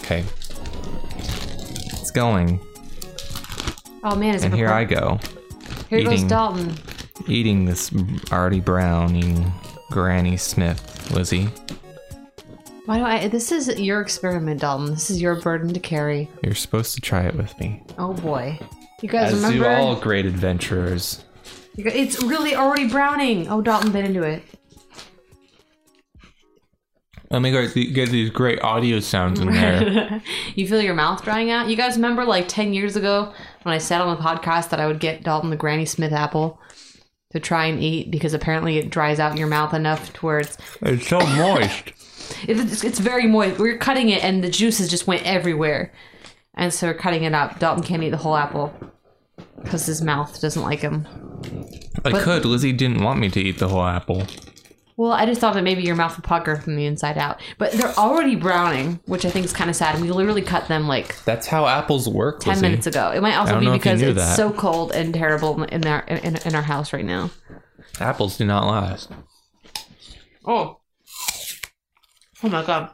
Okay. It's going. Oh man, is it And here before- I go. Here goes eating. Dalton. Eating this already browning Granny Smith, Lizzie. Why do I? This is your experiment, Dalton. This is your burden to carry. You're supposed to try it with me. Oh boy, you guys As remember? do all great adventurers. You gu- It's really already browning. Oh, Dalton bit into it. Oh my god, you get these great audio sounds in there. you feel your mouth drying out. You guys remember like ten years ago when I said on the podcast that I would get Dalton the Granny Smith apple to try and eat because apparently it dries out your mouth enough to where it's it's so moist. It- It's, it's very moist. We were cutting it, and the juices just went everywhere. And so we're cutting it up. Dalton can't eat the whole apple because his mouth doesn't like him. I could. Lizzie didn't want me to eat the whole apple. Well, I just thought that maybe your mouth would pucker from the inside out. But they're already browning, which I think is kind of sad. And we literally cut them like That's how apples work, 10 Lizzie. minutes ago. It might also don't be know if you because knew it's that. so cold and terrible in our, in, in our house right now. Apples do not last. Oh. Oh my God.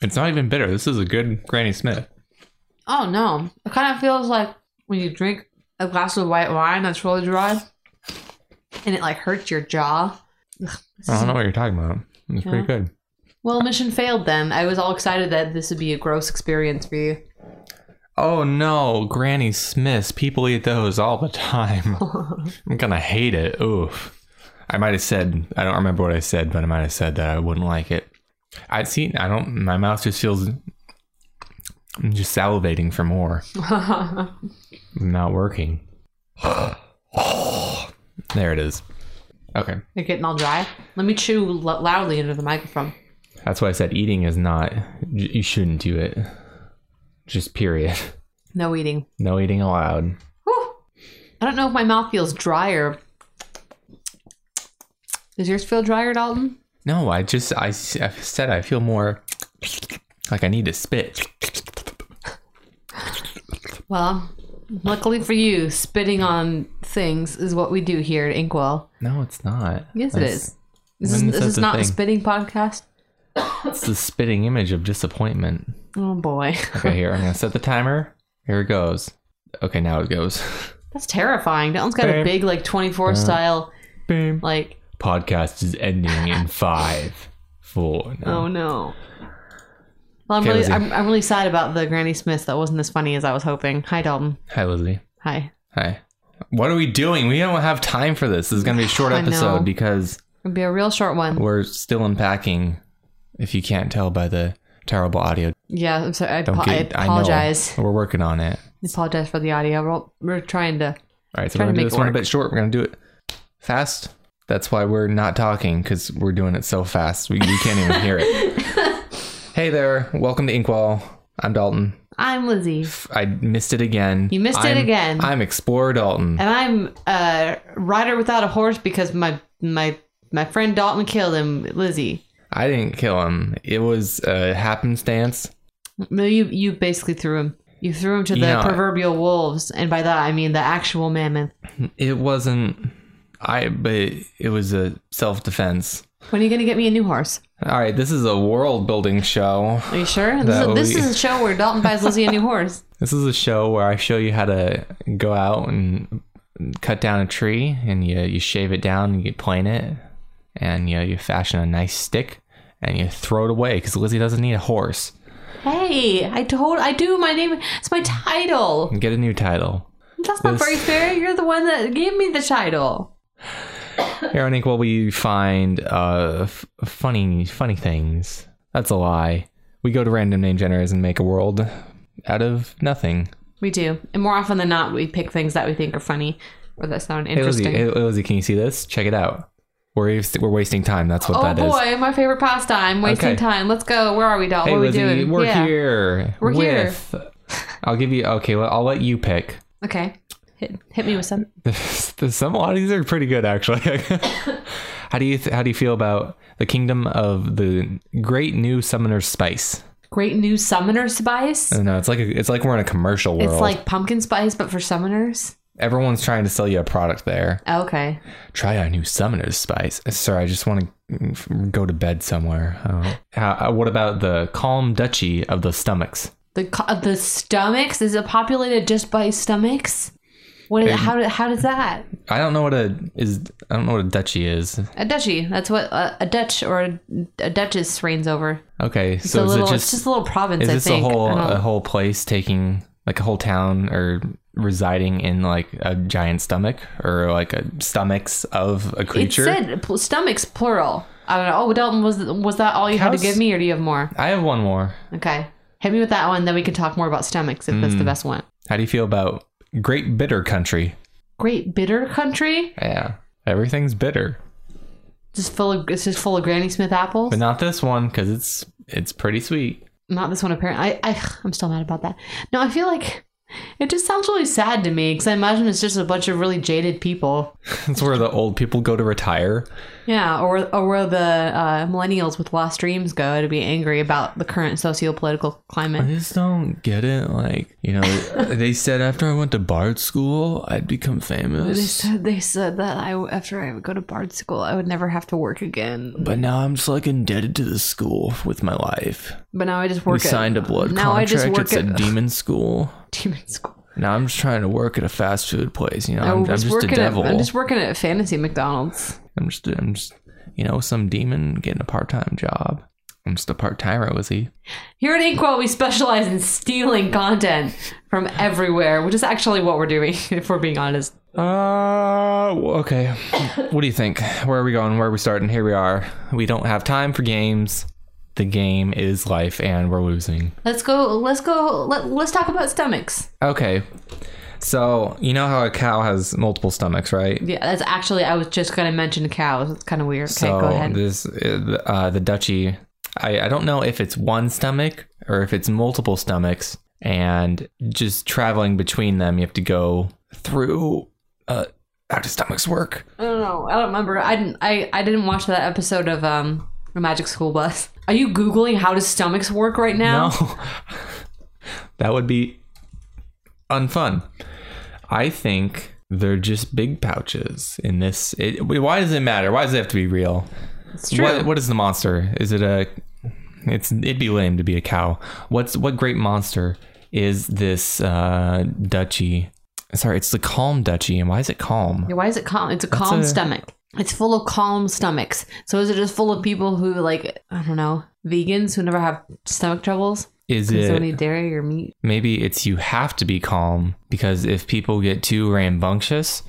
It's not even bitter. This is a good Granny Smith. Oh no. It kind of feels like when you drink a glass of white wine that's really dry and it like hurts your jaw. I don't know what you're talking about. It's pretty good. Well, mission failed then. I was all excited that this would be a gross experience for you. Oh no, Granny Smiths. People eat those all the time. I'm gonna hate it. Oof. I might have said I don't remember what I said, but I might have said that I wouldn't like it. I see. I don't. My mouth just feels. I'm just salivating for more. Not working. there it is. Okay, You're getting all dry. Let me chew lo- loudly into the microphone. that's why I said eating is not. You shouldn't do it. Just period. No eating. No eating allowed. Whew. I don't know if my mouth feels drier. Does yours feel drier, Dalton? No, I just I, s- I said I feel more like I need to spit. Well, luckily for you, spitting on things is what we do here at Inkwell. No, it's not. Yes, it That's- is. This When is is, this that is the not a thing? spitting podcast. It's the spitting image of disappointment. Oh boy, Okay, here I'm gonna set the timer. Here it goes. Okay, now it goes. that's terrifying. Dalton's got a Bam. big like twenty four style Boom. like. Podcast is ending in five, four. No. Oh no. Well, I'm Okay, really Lizzie. I'm, I'm really sad about the Granny Smith. That wasn't as funny as I was hoping. Hi Dalton. Hi, Lizzie. Hi. Hi. What are we doing? We don't have time for this. This is gonna be a short I know. episode because It'll be a real short one. we're still unpacking. If you can't tell by the terrible audio, Yeah, I'm sorry. I, don't apo- I get. I know. apologize. We're working on it. I apologize for the audio. We're, we're trying to. All right, so Trying we're gonna to do make this it one a work. bit short. We're gonna do it fast. That's why we're not talking because we're doing it so fast we, we can't even hear it. hey there, welcome to Inkwell. I'm Dalton. I'm Lizzie, I missed it again. You missed I'm- it again. Uh, I'm Explorer Dalton. and I'm a rider without a horse because my my my friend Dalton killed him. Lizzie, I didn't kill him. It was a happenstance. No, you you basically threw him. You threw him to the You know- proverbial wolves, and by that I mean the actual mammoth. It wasn't. I but it was a self defense. When are you gonna get me a new horse? All right, this is a world building show. Are you sure? This, That is, would this be- is a show where Dalton buys Lizzie a new horse. This is a show where I show you how to go out and cut down a tree and you, you shave it down and you plane it and you, you fashion a nice stick and you throw it away because Lizzie doesn't need a horse. Hey, I told I do. My name. It's my title. And get a new title. That's not This- very fair. You're the one that gave me the title. Here on Inkwell, we find uh, f- funny, funny things. That's a lie. We go to random name generators and make a world out of nothing. We do, and more often than not, we pick things that we think are funny or that sound Hey Lizzie, interesting. hey, Lizzie, can you see this? Check it out. We're, we're wasting time. That's what oh that is. boy, my favorite pastime. Wasting Okay. time. Let's go. Where are we, Hey, Dalton? what are we Lizzie, doing? we're yeah. here. We're here. with, I'll give you. Okay, well, I'll let you pick. Okay. Hit, hit me with some. Some of these are pretty good, actually. how do you th- How do you feel about the kingdom of the great new summoner spice? Great new summoner spice. Oh. I don't know. It's like a, it's like we're in a commercial world. It's like pumpkin spice, but for summoners. Everyone's trying to sell you a product there. Okay. Try our new summoner's spice. Sir, I just want to go to bed somewhere. Oh. Uh, uh, what about the calm duchy of the stomachs? The co- uh, the stomachs is it populated just by stomachs? What? Is, Um, how do- how does that? I don't know what a is. I don't know what a duchy is. A duchy. That's what uh, a, a duch or a, a duchess reigns over. Okay, It's so a is little. it it's just, just a little province. is I this a think. whole uh, I don't- a whole place taking like a whole town or residing in like a giant stomach or like a stomachs of a it creature? said pl- stomachs plural. I don't know. Oh, Dalton, was was that all you had How's- to give me, or do you have more? I have one more. Okay, hit me with that one, then we can talk more about stomachs if Hmm. that's the best one. How do you feel about Great Bitter Country? Great bitter country, Yeah, everything's bitter, just full of it's just full of Granny Smith apples. but not this one because it's it's pretty sweet. not this one apparently I, I i'm still mad about that no i feel like it just sounds really sad to me because i imagine it's just a bunch of really jaded people It's where the old people go to retire. yeah or, or where the uh, millennials with lost dreams go to be angry about the current socio-political I climate just don't get it. Like you know, they said after I went to Bard school, I'd become famous. they said, they said that I, after I would go to Bard school, I would never have to work again. But, But now I'm just like indebted to the school with my life. now I just We work at signed a blood now I just contract. work It's at a demon school. demon school. Now I'm just trying to work at a fast food place. You know, I I'm, I'm was just a working at, devil. I'm just working at fantasy McDonald's. I'm just, I'm just, you know, some demon getting a part time job. I'm just a part timer, was he? Here at Inkwell, we specialize in stealing content from everywhere, which is actually what we're doing, if we're being honest. Uh, well, okay. what do you think? Where are we going? Where are we starting? Here we are. We don't have time for games. The game is life, and we're losing. Let's go. Let's go. Let, let's talk about stomachs. Okay. So, you know how a cow has multiple stomachs, right? Yeah, that's actually. I was just gonna mention cows. It's kind of weird. Okay, so go ahead. this uh, the duchy. I, I don't know if it's one stomach or if it's multiple stomachs, and just traveling between them, you have to go through. Uh, how do stomachs work? I don't know. I don't remember. I didn't. I, I didn't watch that episode of um the Magic School Bus. Are you googling how does stomachs work right now? No, that would be unfun. I think they're just big pouches in this. It, why does it matter? Why does it have to be real? it's true. What, what is the monster? Is it a? It's it'd be lame to be a cow. What's what great monster is this uh, duchy? Sorry, it's the calm duchy. And why is it calm? Yeah, Why is it calm? It's a calm a- stomach. It's full of calm stomachs. So is it just full of people who like I don't know vegans who never have stomach troubles? Is Because they it don't eat dairy or meat. maybe it's you have to be calm because if people get too rambunctious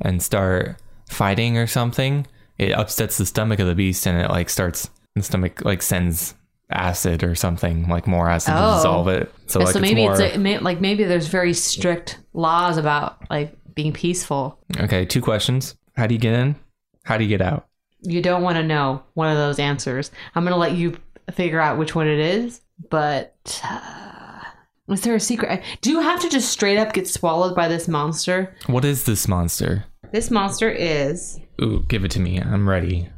and start fighting or something, it upsets the stomach of the beast and it like starts the stomach like sends acid or something like more acid Oh. to dissolve it. So like so it's maybe more it's, like, may, like maybe there's very strict laws about like being peaceful. Okay, two questions. How do you get in? How do you get out? You don't want to know one of those answers. I'm gonna let you figure out which one it is. But uh, is there a secret? Do you have to just straight up get swallowed by this monster? What is this monster? This monster is Ooh, give it to me. I'm ready.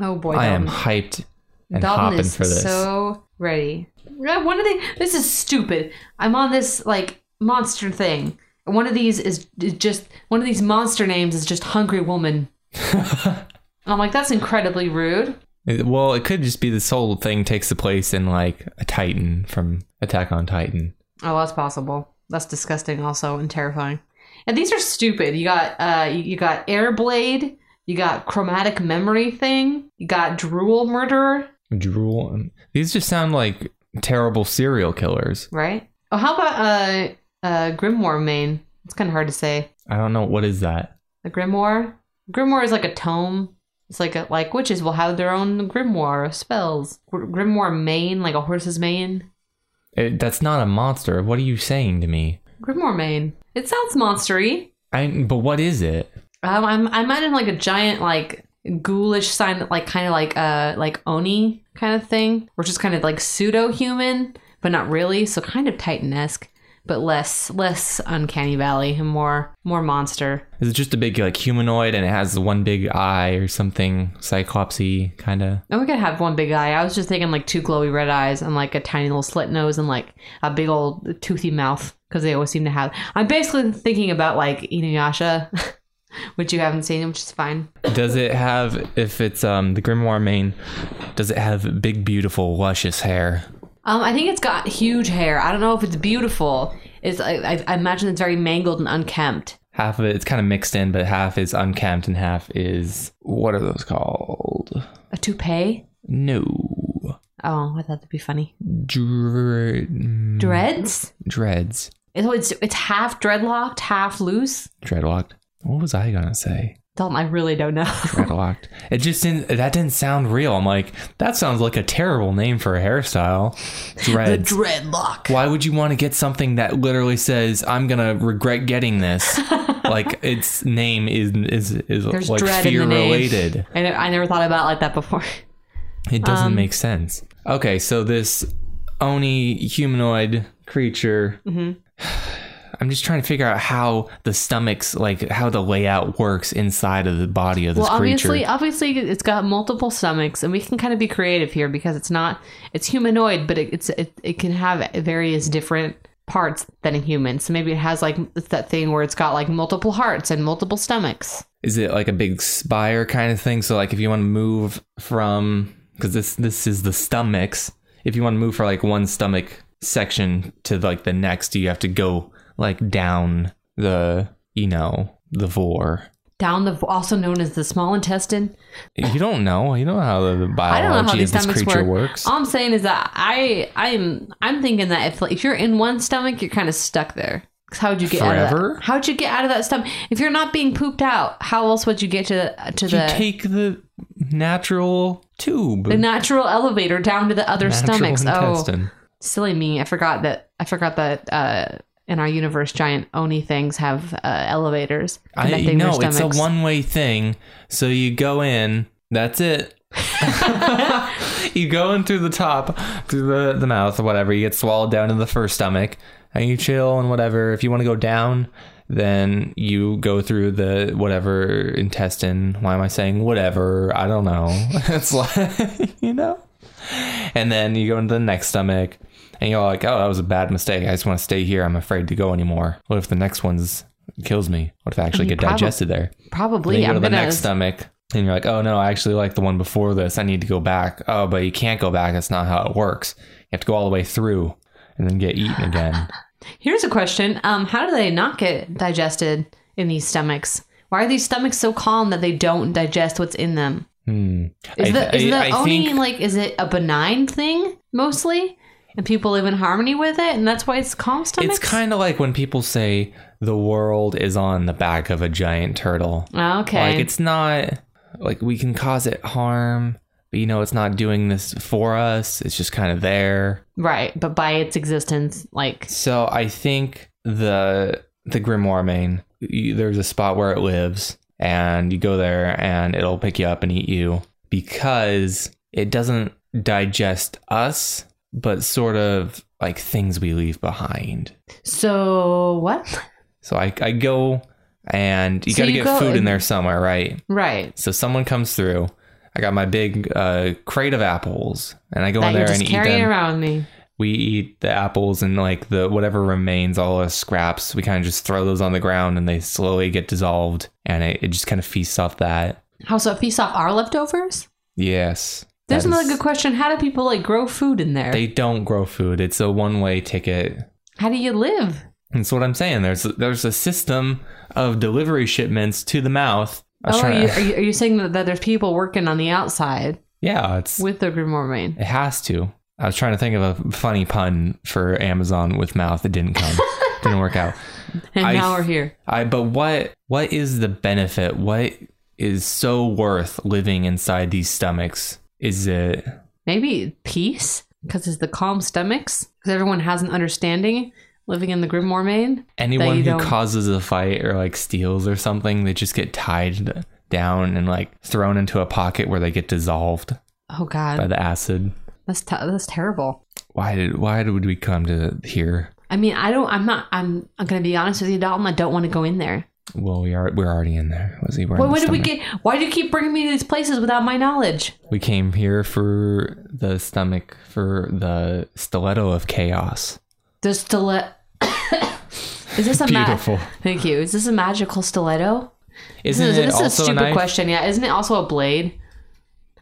oh boy, I Dalton. am hyped and Dalton hopping is for this. so ready. Yeah, One of the this is stupid. I'm on this like monster thing. One of these is is just one of these monster names is just hungry woman. And I'm like, that's incredibly rude. It- well, it could just be this whole thing takes the place in like a Titan from Attack on Titan. Oh, that's possible. That's disgusting, also and terrifying. And these are stupid. You got uh, you, you got Airblade. You got chromatic memory thing. You got drool murderer. Drool. These just sound like terrible serial killers. Right. Oh, how about uh, uh, grimoire main? It's kind of hard to say. I don't know what is that. The grimoire. Grimoire is like a tome. It's like a, like witches will have their own grimoire of spells. Gr- Grimoire mane, like a horse's mane. It, Eh, that's not a monster. What are you saying to me? Grimoire mane. It sounds monstery. I but what is it? Um, I'm I imagine like a giant like ghoulish sign that like kind of like uh like oni kind of thing, which is kind of like pseudo human but not really, so kind of titanesque. but less less uncanny valley and more more monster. Is it just a big like humanoid and it has the one big eye or something cyclopsy kind of? And we could have one big eye. I was just thinking like two glowy red eyes and like a tiny little slit nose and like a big old toothy mouth because they always seem to have. I'm basically thinking about like Inuyasha, which you haven't seen, which is fine. Does it have if it's um the grimoire main? Does it have big beautiful luscious hair? Um, I think it's got huge hair. I don't know if it's beautiful. It's I, I- I imagine it's very mangled and unkempt. Half of it it's kind of mixed in, but half is unkempt and half is what are those called? A toupee. No, Oh, I thought that'd be funny. Dre- Dreads. dreads, It's it's, it's half dreadlocked, half loose. dreadlocked. What was I gonna say? Dalton, I really don't know. dreadlocked. It just didn't. That didn't sound real. I'm like, that sounds like a terrible name for a hairstyle. the Dreads. dreadlock. Why would you want to get something that literally says, "I'm gonna regret getting this"? like its name is is is There's like dread fear in the name. related. I, ne- I never thought about it like that before. It Um, doesn't make sense. Okay, so this oni humanoid creature. Mm-hmm. I'm just trying to figure out how the stomachs, like how the layout works inside of the body of this Well, creature. obviously, obviously, it's got multiple stomachs, and we can kind of be creative here because it's not it's humanoid, but it, it's it, it can have various different parts than a human. So maybe it has like it's that thing where it's got like multiple hearts and multiple stomachs. is it like a big spire kind of thing so like if you want to move from because this this is the stomachs if you want to move from like one stomach section to like the next you have to go like down the you know the vor Down the also known as the small intestine. you don't know you don't know how the biology I don't know how these of this stomachs creature work. works All I'm saying is that I I'm I'm thinking that if like, if you're in one stomach, you're kind of stuck there. 'Cause How would you get out of Forever? that? How'd you get out of that stomach? If you're not being pooped out, how else would you get to to you the take the natural tube the natural elevator down to the other natural stomachs? Oh, intestine. silly me! I forgot that I forgot that uh, in our universe, giant oni things have uh, elevators I connecting no, their it's a stomachs. one-way thing. So you go in. That's it. you go in through the top, through the, the mouth or whatever. You get swallowed down into the first stomach, and you chill and whatever. If you want to go down, then you go through the whatever intestine. Why am I saying whatever? I don't know. it's like you know. And then you go into the next stomach, and you're like, "Oh, that was a bad mistake. I just want to stay here. I'm afraid to go anymore. What if the next one's kills me? What if I actually get probab- digested there?" Probably, Then you go I'm to the gonna. next stomach, and you're like, "Oh no, I actually like the one before this. I need to go back." Oh, but you can't go back. That's not how it works. You have to go all the way through, and then get eaten again. Here's a question: um, How do they not get digested in these stomachs? Why are these stomachs so calm that they don't digest what's in them? Hmm. Is the, is I- the I- I oni think- like is it a benign thing mostly, and people live in harmony with it, and that's why it's calm stomachs? It's kind of like when people say the world is on the back of a giant turtle. okay. Like it's not like we can cause it harm, but you know it's not doing this for us. It's just kind of there. Right, but by its existence, like So I think the the grimoire main you, there's a spot where it lives, and you go there, and it'll pick you up and eat you because it doesn't digest us, but sort of like things we leave behind. so what? So I, I go and you So got to you get go food in and- there somewhere, right? Right. So someone comes through. I got my big uh, crate of apples, and I go That in you're there just and eat carrying them. around me. We eat the apples and like the whatever remains, all the scraps. We kind of just throw those on the ground, and they slowly get dissolved, and it, it just kind of feasts off that. How so feast off our leftovers? Yes, There's that another is- good question. How do people like grow food in there? They don't grow food. It's a one-way ticket. How do you live? That's what I'm saying. There's there's a system of delivery shipments to the mouth. I was Oh, are trying you, to- are, you, are you saying that, that there's people working on the outside yeah, it's with the grimoire main? It has to. I was trying to think of a funny pun for Amazon with mouth. It didn't come. didn't work out. And I- now we're here. I but what what is the benefit? What is so worth living inside these stomachs? Is it Maybe peace because it's the calm stomachs because everyone has an understanding living in the grimoire main. anyone who don't- causes a fight or like steals or something, they just get tied down and like thrown into a pocket where they get dissolved Oh God, by the acid. that's t- that's terrible. Why did why did we come to here? I mean, I don't. I'm not. I'm. I'm gonna be honest with you, Dalton. I don't want to go in there. Well, we are we're already in there. Was he? Why, why did we get? Why do you keep bringing me to these places without my knowledge? We came here for the stomach for the stiletto of chaos. The stiletto. Is this a ma- Beautiful. Thank you. Is this a magical stiletto? Isn't this it this is a also a stupid knife? question. Yeah, isn't it also a blade?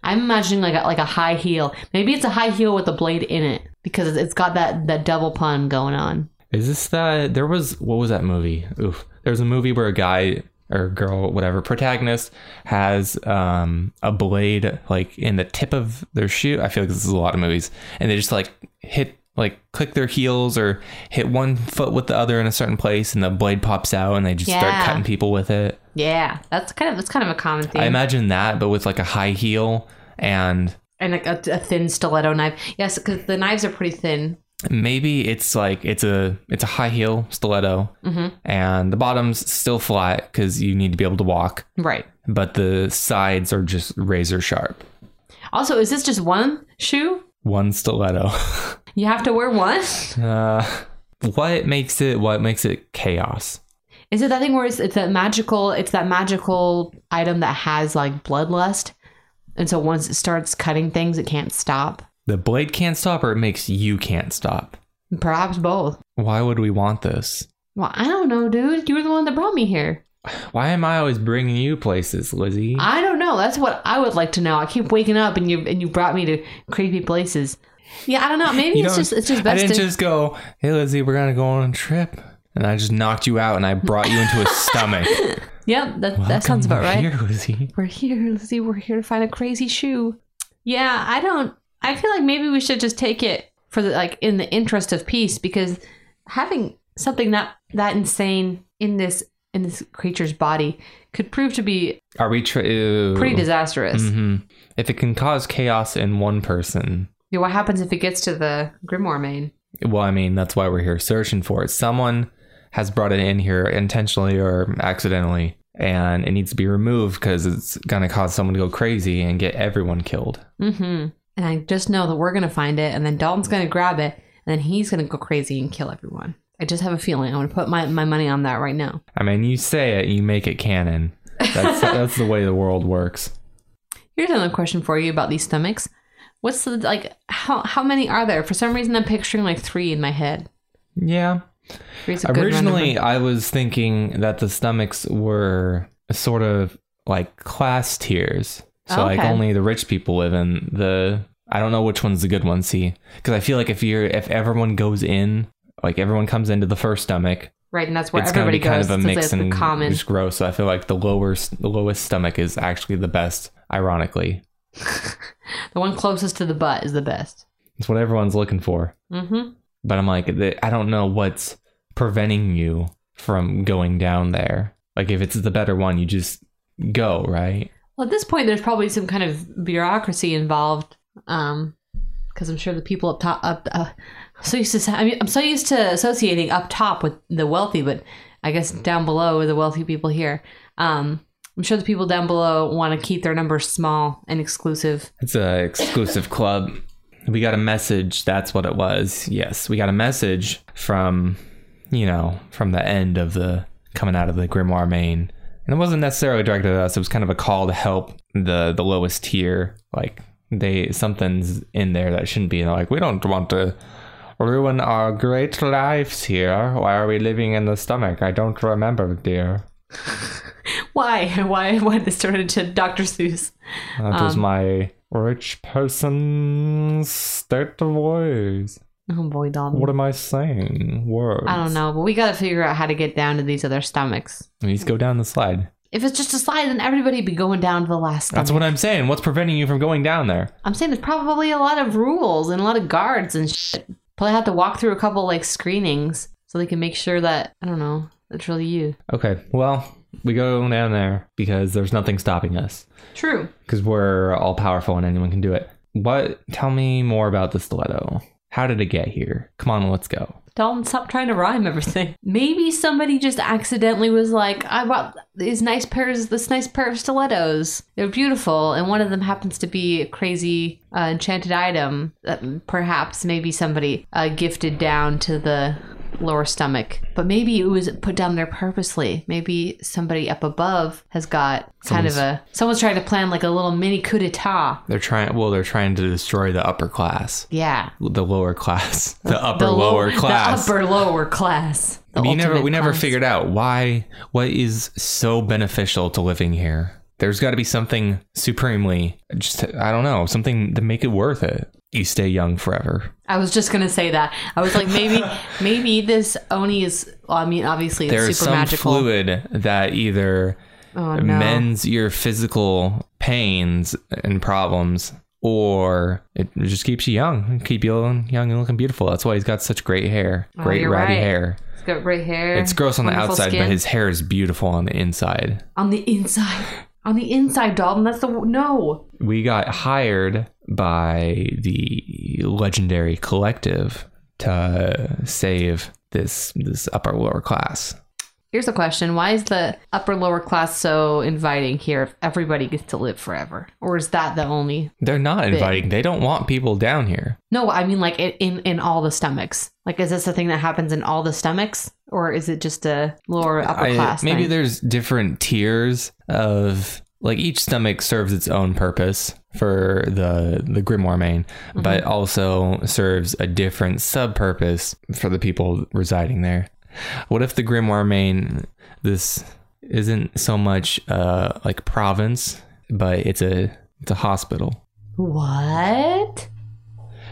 I'm imagining like a, like a high heel. Maybe it's a high heel with a blade in it because it's got that that double pun going on. Is this that there was what was that movie? Oof. There was a movie where a guy or girl, whatever, protagonist has um a blade like in the tip of their shoe. I feel like this is a lot of movies. And they just like hit like click their heels or hit one foot with the other in a certain place and the blade pops out and they just Yeah. start cutting people with it. Yeah, that's kind of that's kind of a common theme. I imagine that, but with like a high heel and and like a, a thin stiletto knife. Yes, because the knives are pretty thin. maybe it's like it's a it's a high heel stiletto and the bottom's still flat because you need to be able to walk Right. but the sides are just razor sharp. Also, is this just one shoe? One stiletto. You have to wear one. uh, what makes it? What makes it chaos? Is it that thing where it's, it's that magical? It's that magical item that has like bloodlust, and so once it starts cutting things, it can't stop. The blade can't stop, or it makes you can't stop. Perhaps both. Why would we want this? Well, I don't know, dude. You were the one that brought me here. Why am I always bringing you places, Lizzie? I don't know. That's what I would like to know. I keep waking up and you and you brought me to creepy places. Yeah, I don't know. Maybe You it's don't- just it's just I best didn't to just go, hey Lizzie, we're gonna go on a trip, and I just knocked you out, and I brought you into a stomach. Yep, that that sounds Welcome about right. Here, Lizzie. We're here, Lizzie. We're here to find a crazy shoe. Yeah, I don't. I feel like maybe we should just take it for the like in the interest of peace because having something that that insane in this in this creature's body could prove to be Are we tri- pretty disastrous. hmm If it can cause chaos in one person, Yeah, what happens if it gets to the Grimoire main? Well, I mean, that's why we're here searching for it. Someone has brought it in here intentionally or accidentally, and it needs to be removed because it's going to cause someone to go crazy and get everyone killed. Mm-hmm. And I just know that we're gonna find it, and then Dalton's gonna grab it, and then he's gonna go crazy and kill everyone. I just have a feeling. I'm gonna put my, my money on that right now. I mean, you say it, you make it canon. That's, that's the way the world works. Here's another question for you about these stomachs. What's the like? How how many are there? For some reason, I'm picturing like three in my head. Yeah. Three's a good random Originally, I was thinking that the stomachs were sort of like class tiers. So Oh, like okay. only the rich people live in the. I don't know which one's the good one. See, because I feel like if you're if everyone goes in, like everyone comes into the first stomach, number. right, and that's where it's going to everybody be kind goes. of a since mix it's and the common. just gross. So I feel like the lower the lowest stomach is actually the best. Ironically, The one closest to the butt is the best. it's what everyone's looking for. Mm-hmm. But I'm like, the- I don't know what's preventing you from going down there. Like, if it's the better one, you just go, right? Well, at this point, there's probably some kind of bureaucracy involved, um, because I'm sure the people up top up. Uh, so used to, I mean, I'm so used to associating up top with the wealthy, but I guess down below are the wealthy people here. Um, I'm sure the people down below want to keep their numbers small and exclusive. It's an exclusive club. We got a message. That's what it was. Yes, we got a message from, you know, from the end of the coming out of the Grimoire main, and it wasn't necessarily directed at us. It was kind of a call to help the the lowest tier. Like they something's in there that shouldn't be. And they're like we don't want to ruin our great lives here. Why are we living in the stomach? I don't remember, dear. Why? Why? Why this turned into Dr. Seuss? That was my rich person state of voice. Oh boy, Dalton. What am I saying? Words. I don't know, but we got to figure out how to get down to these other stomachs. Please go down the slide. If it's just a slide, then everybody be going down to the last stomach. That's what I'm saying. What's preventing you from going down there? I'm saying there's probably a lot of rules and a lot of guards and shit. Probably have to walk through a couple like screenings so they can make sure that I don't know that's really you. Okay, well, we go down there because there's nothing stopping us. True. Because we're all powerful and anyone can do it. What? Tell me more about the stiletto. How did it get here? Come on, let's go. Dalton, stop trying to rhyme everything. Maybe somebody just accidentally was like, "I bought these nice pairs, this nice pair of stilettos. They're beautiful, and one of them happens to be a crazy uh, enchanted item that perhaps maybe somebody uh, gifted down to the lower stomach. But maybe it was put down there purposely. Maybe somebody up above has got kind of a someone's trying to plan like a little mini coup d'etat. They're trying. Well, they're trying to destroy the upper class, Yeah. the lower class, the upper The low- lower class. The upper lower class. The we never ultimate we never class. figured out why what is so beneficial to living here. There's got to be something supremely just I don't know, something to make it worth it. You stay young forever. I was just gonna say that. I was like, maybe, maybe this oni is. well, I mean, obviously, it's There is super some magical. fluid that either oh no! mends your physical pains and problems or it just keeps you young, keep you young and looking beautiful. That's why he's got such great hair, Oh, great you're ratty right. hair. it's got gray hair. It's gross on the wonderful outside, but skin. his hair is beautiful on the inside. on the inside, on the inside, Dalton. That's the no. we got hired by the legendary collective to save this this upper lower class. Here's a question: Why is the upper lower class so inviting here? If everybody gets to live forever, or is that the only? They're not inviting. They don't want people down here. No, I mean like in in, in all the stomachs. Like, is this a thing that happens in all the stomachs, or is it just a lower upper I- class? maybe thing? there's different tiers of like each stomach serves its own purpose for the the grimoire main, but also serves a different sub purpose for the people residing there. What if the grimoire main this isn't so much uh like province, but it's a it's a hospital. what?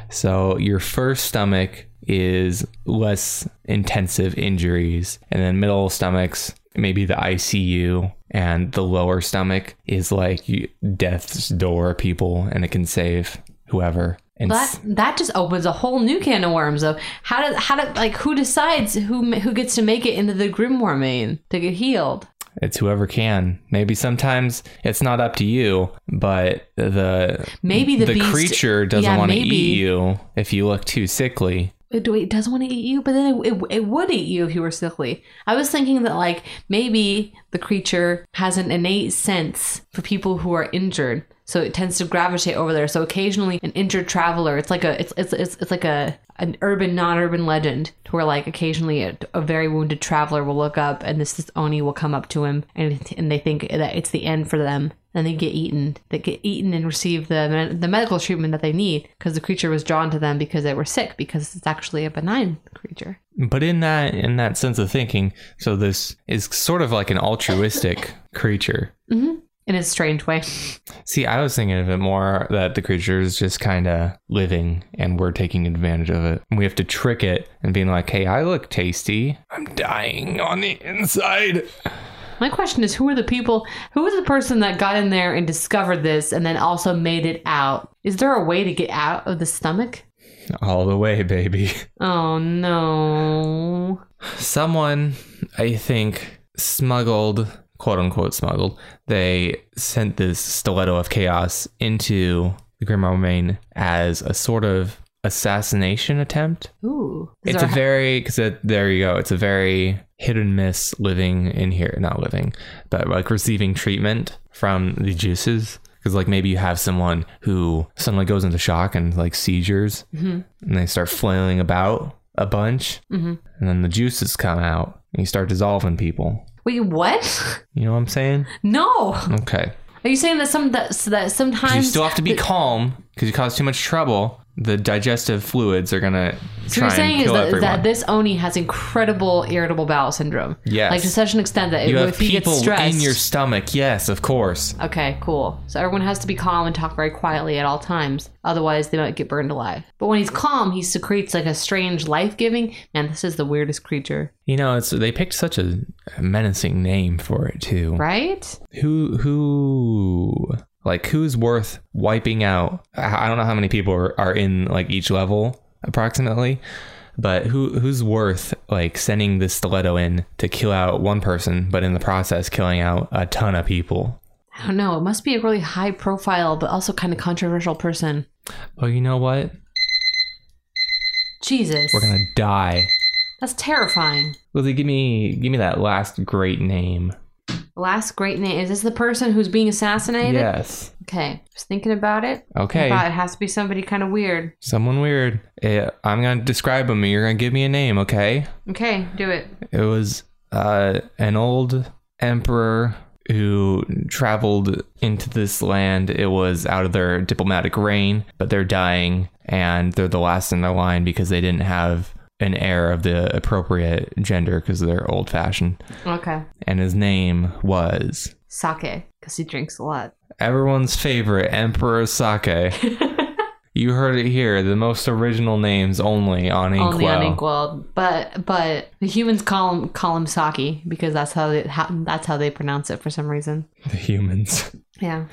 So your first stomach is less intensive injuries, and then middle stomachs, maybe the ICU, and the lower stomach is like you, death's door people, and it can save whoever. And That that just opens a whole new can of worms. Of how does how do like who decides who ma- who gets to make it into the Grimoire main to get healed? it's whoever can. Maybe sometimes it's not up to you, but the Maybe the, the beast, creature doesn't yeah, want to maybe. eat you if you look too sickly. It, it doesn't want to eat you, but then it, it, it would eat you if you were sickly. I was thinking that like maybe the creature has an innate sense for people who are injured, so it tends to gravitate over there. So occasionally, an injured traveler, it's like a it's it's it's, it's like a an urban non-urban legend to where like occasionally a, a very wounded traveler will look up and this, this oni will come up to him and and they think that it's the end for them and they get eaten. They get eaten and receive the me- the medical treatment that they need because the creature was drawn to them because they were sick because it's actually a benign creature. but in that in that sense of thinking so this is sort of like an altruistic creature In a strange way. see i was thinking of it more that the creature is just kind of living and we're taking advantage of it and we have to trick it and being like hey i look tasty i'm dying on the inside My question is who are the people who was the person that got in there and discovered this and then also made it out? Is there a way to get out of the stomach? all the way baby Oh no. someone i think smuggled quote unquote smuggled they sent this stiletto of chaos into the grimoire main as a sort of assassination attempt Ooh. Is it's a there- very because there you go it's a very hit and miss living in here not living but like receiving treatment from the juices because like maybe you have someone who suddenly goes into shock and like seizures Mm-hmm. and they start flailing about a bunch and then the juices come out and you start dissolving people Wait, what? you know what i'm saying No. okay Are you saying that some that, that sometimes you still have to be calm because you cause too much trouble the digestive fluids are gonna So try what you're saying and is kill that, everyone that this Oni has incredible irritable bowel syndrome. Yes. Like to such an extent that you if have he gets people stressed. in your stomach yes of course okay, cool. So everyone has to be calm and talk very quietly at all times. Otherwise, they might get burned alive. But when he's calm, he secretes like a strange life giving. Man, this is the weirdest creature, You know, it's they picked such a menacing name for it too. right? Who who like who's worth wiping out? I I don't know how many people are, are in like each level approximately, but who who's worth like sending this stiletto in to kill out one person, but in the process killing out a ton of people. I don't know. It must be a really high profile, but also kind of controversial person. Well, Oh, you know what? Jesus. We're gonna die. That's terrifying. Lizzie, give me give me that last great name. Last great name. Is this the person who's being assassinated? Yes. Okay. Just thinking about it. Okay. Thought it has to be somebody kind of weird. Someone weird. Eh, I'm going to describe him. and You're going to give me a name, okay? Okay, do it. It was uh, an old emperor who traveled into this land. It was out of their diplomatic reign, but they're dying and they're the last in their line because they didn't have an heir of the appropriate gender because they're old fashioned. Okay. And his name was Sake, because he drinks a lot. everyone's favorite, Emperor Sake. you heard it here. The most original names only on Inkwell. Only on Inkwell, but but the humans call him call him Saki because that's how they how, that's how they pronounce it for some reason. The humans. Yeah,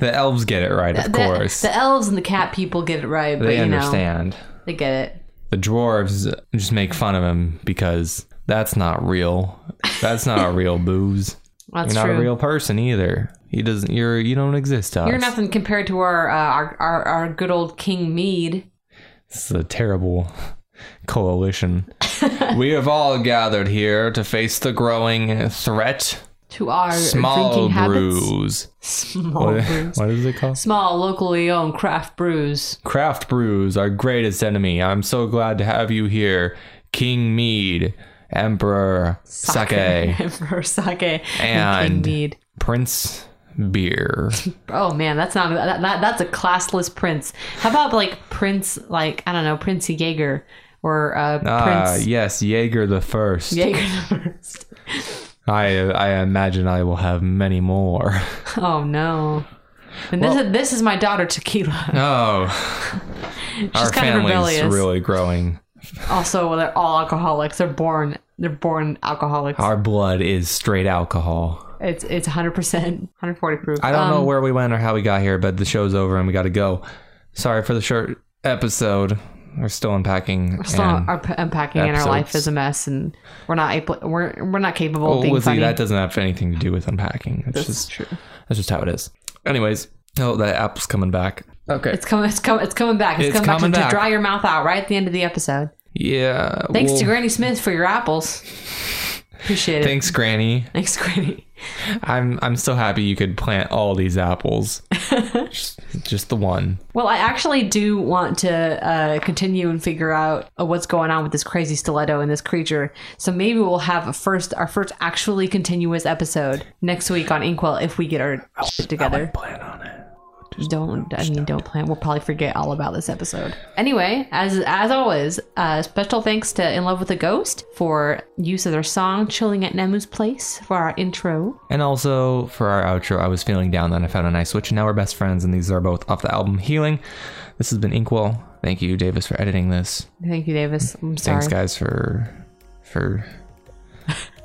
The elves get it right, of the, course. The elves and the cat people get it right, but they you understand. know they get it. The dwarves just make fun of him because that's not real. That's not a real booze. That's You're not true. a real person either. He doesn't. You're. You don't exist to You're us. nothing compared to our, uh, our our our good old King Mead. It's a terrible coalition. we have all gathered here to face the growing threat. To our Small drinking habits, brews. small What- brews, what is it called? small locally owned craft brews. Craft Brews, our greatest enemy. I'm so glad to have you here, King Mead, Emperor Sake, for sake and, And- King Mead. Prince Beer. Oh man, that's not that, that, that's a classless prince. How about like Prince, like I don't know, Prince Jaeger or uh, Ah, Prince yes, Jaeger the First. Jaeger the first. I I imagine I will have many more. Oh no. And this is this is my daughter Tequila. Oh, our kind of family's rebellious. really growing. Also, they're all alcoholics. They're born they're born alcoholics. Our blood is straight alcohol. It's it's 100 percent 140 proof. I don't Um, know where we went or how we got here, but the show's over and we got to go. Sorry for the short episode. We're still unpacking. We're still and- are p- unpacking, and our life episodes. is a mess, and we're not able, we're we're not capable of Well, being Lizzie, funny. Oh, that doesn't have anything to do with unpacking. That's That's just true. that's just how it is. Anyways, oh, that apple's coming back. Okay. It's coming. It's coming. It's coming back. It's, It's coming, back, to- coming to, back. dry your mouth out right at the end of the episode. yeah. Thanks well, to Granny Smith for your apples. Appreciate it. Thanks, Granny. Thanks, Granny. I'm I'm so happy you could plant all these apples. just, just the one. Well, I actually do want to uh, continue and figure out uh, what's going on with this crazy stiletto and this creature. So maybe we'll have a first, our first actually continuous episode next week on Inkwell if we get our shit together. Plant on it. don't i mean don't plan we'll probably forget all about this episode anyway as as always uh special thanks to in love with a ghost for use of their song chilling at nemu's place for our intro And also for our outro, I was feeling down, then I found a nice switch, and now we're best friends, and these are both off the album Healing. This has been Inkwell. Thank you, Davis, for editing this. thank you davis i'm sorry Thanks, guys, for for.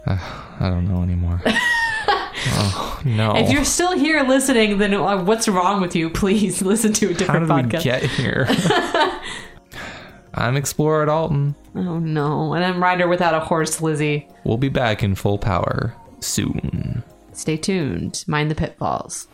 Uh, I don't know anymore. oh no! if you're still here listening then uh, what's wrong with you please listen to a How different did we podcast get here? I'm Explorer Dalton. oh no and i'm rider without a horse lizzie We'll be back in full power soon. stay tuned mind the pitfalls